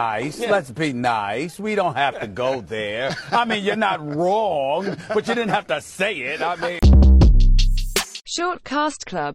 nice. Let's be nice. We don't have to go there. I mean, you're not wrong, but you didn't have to say it. I mean. Short Cast Club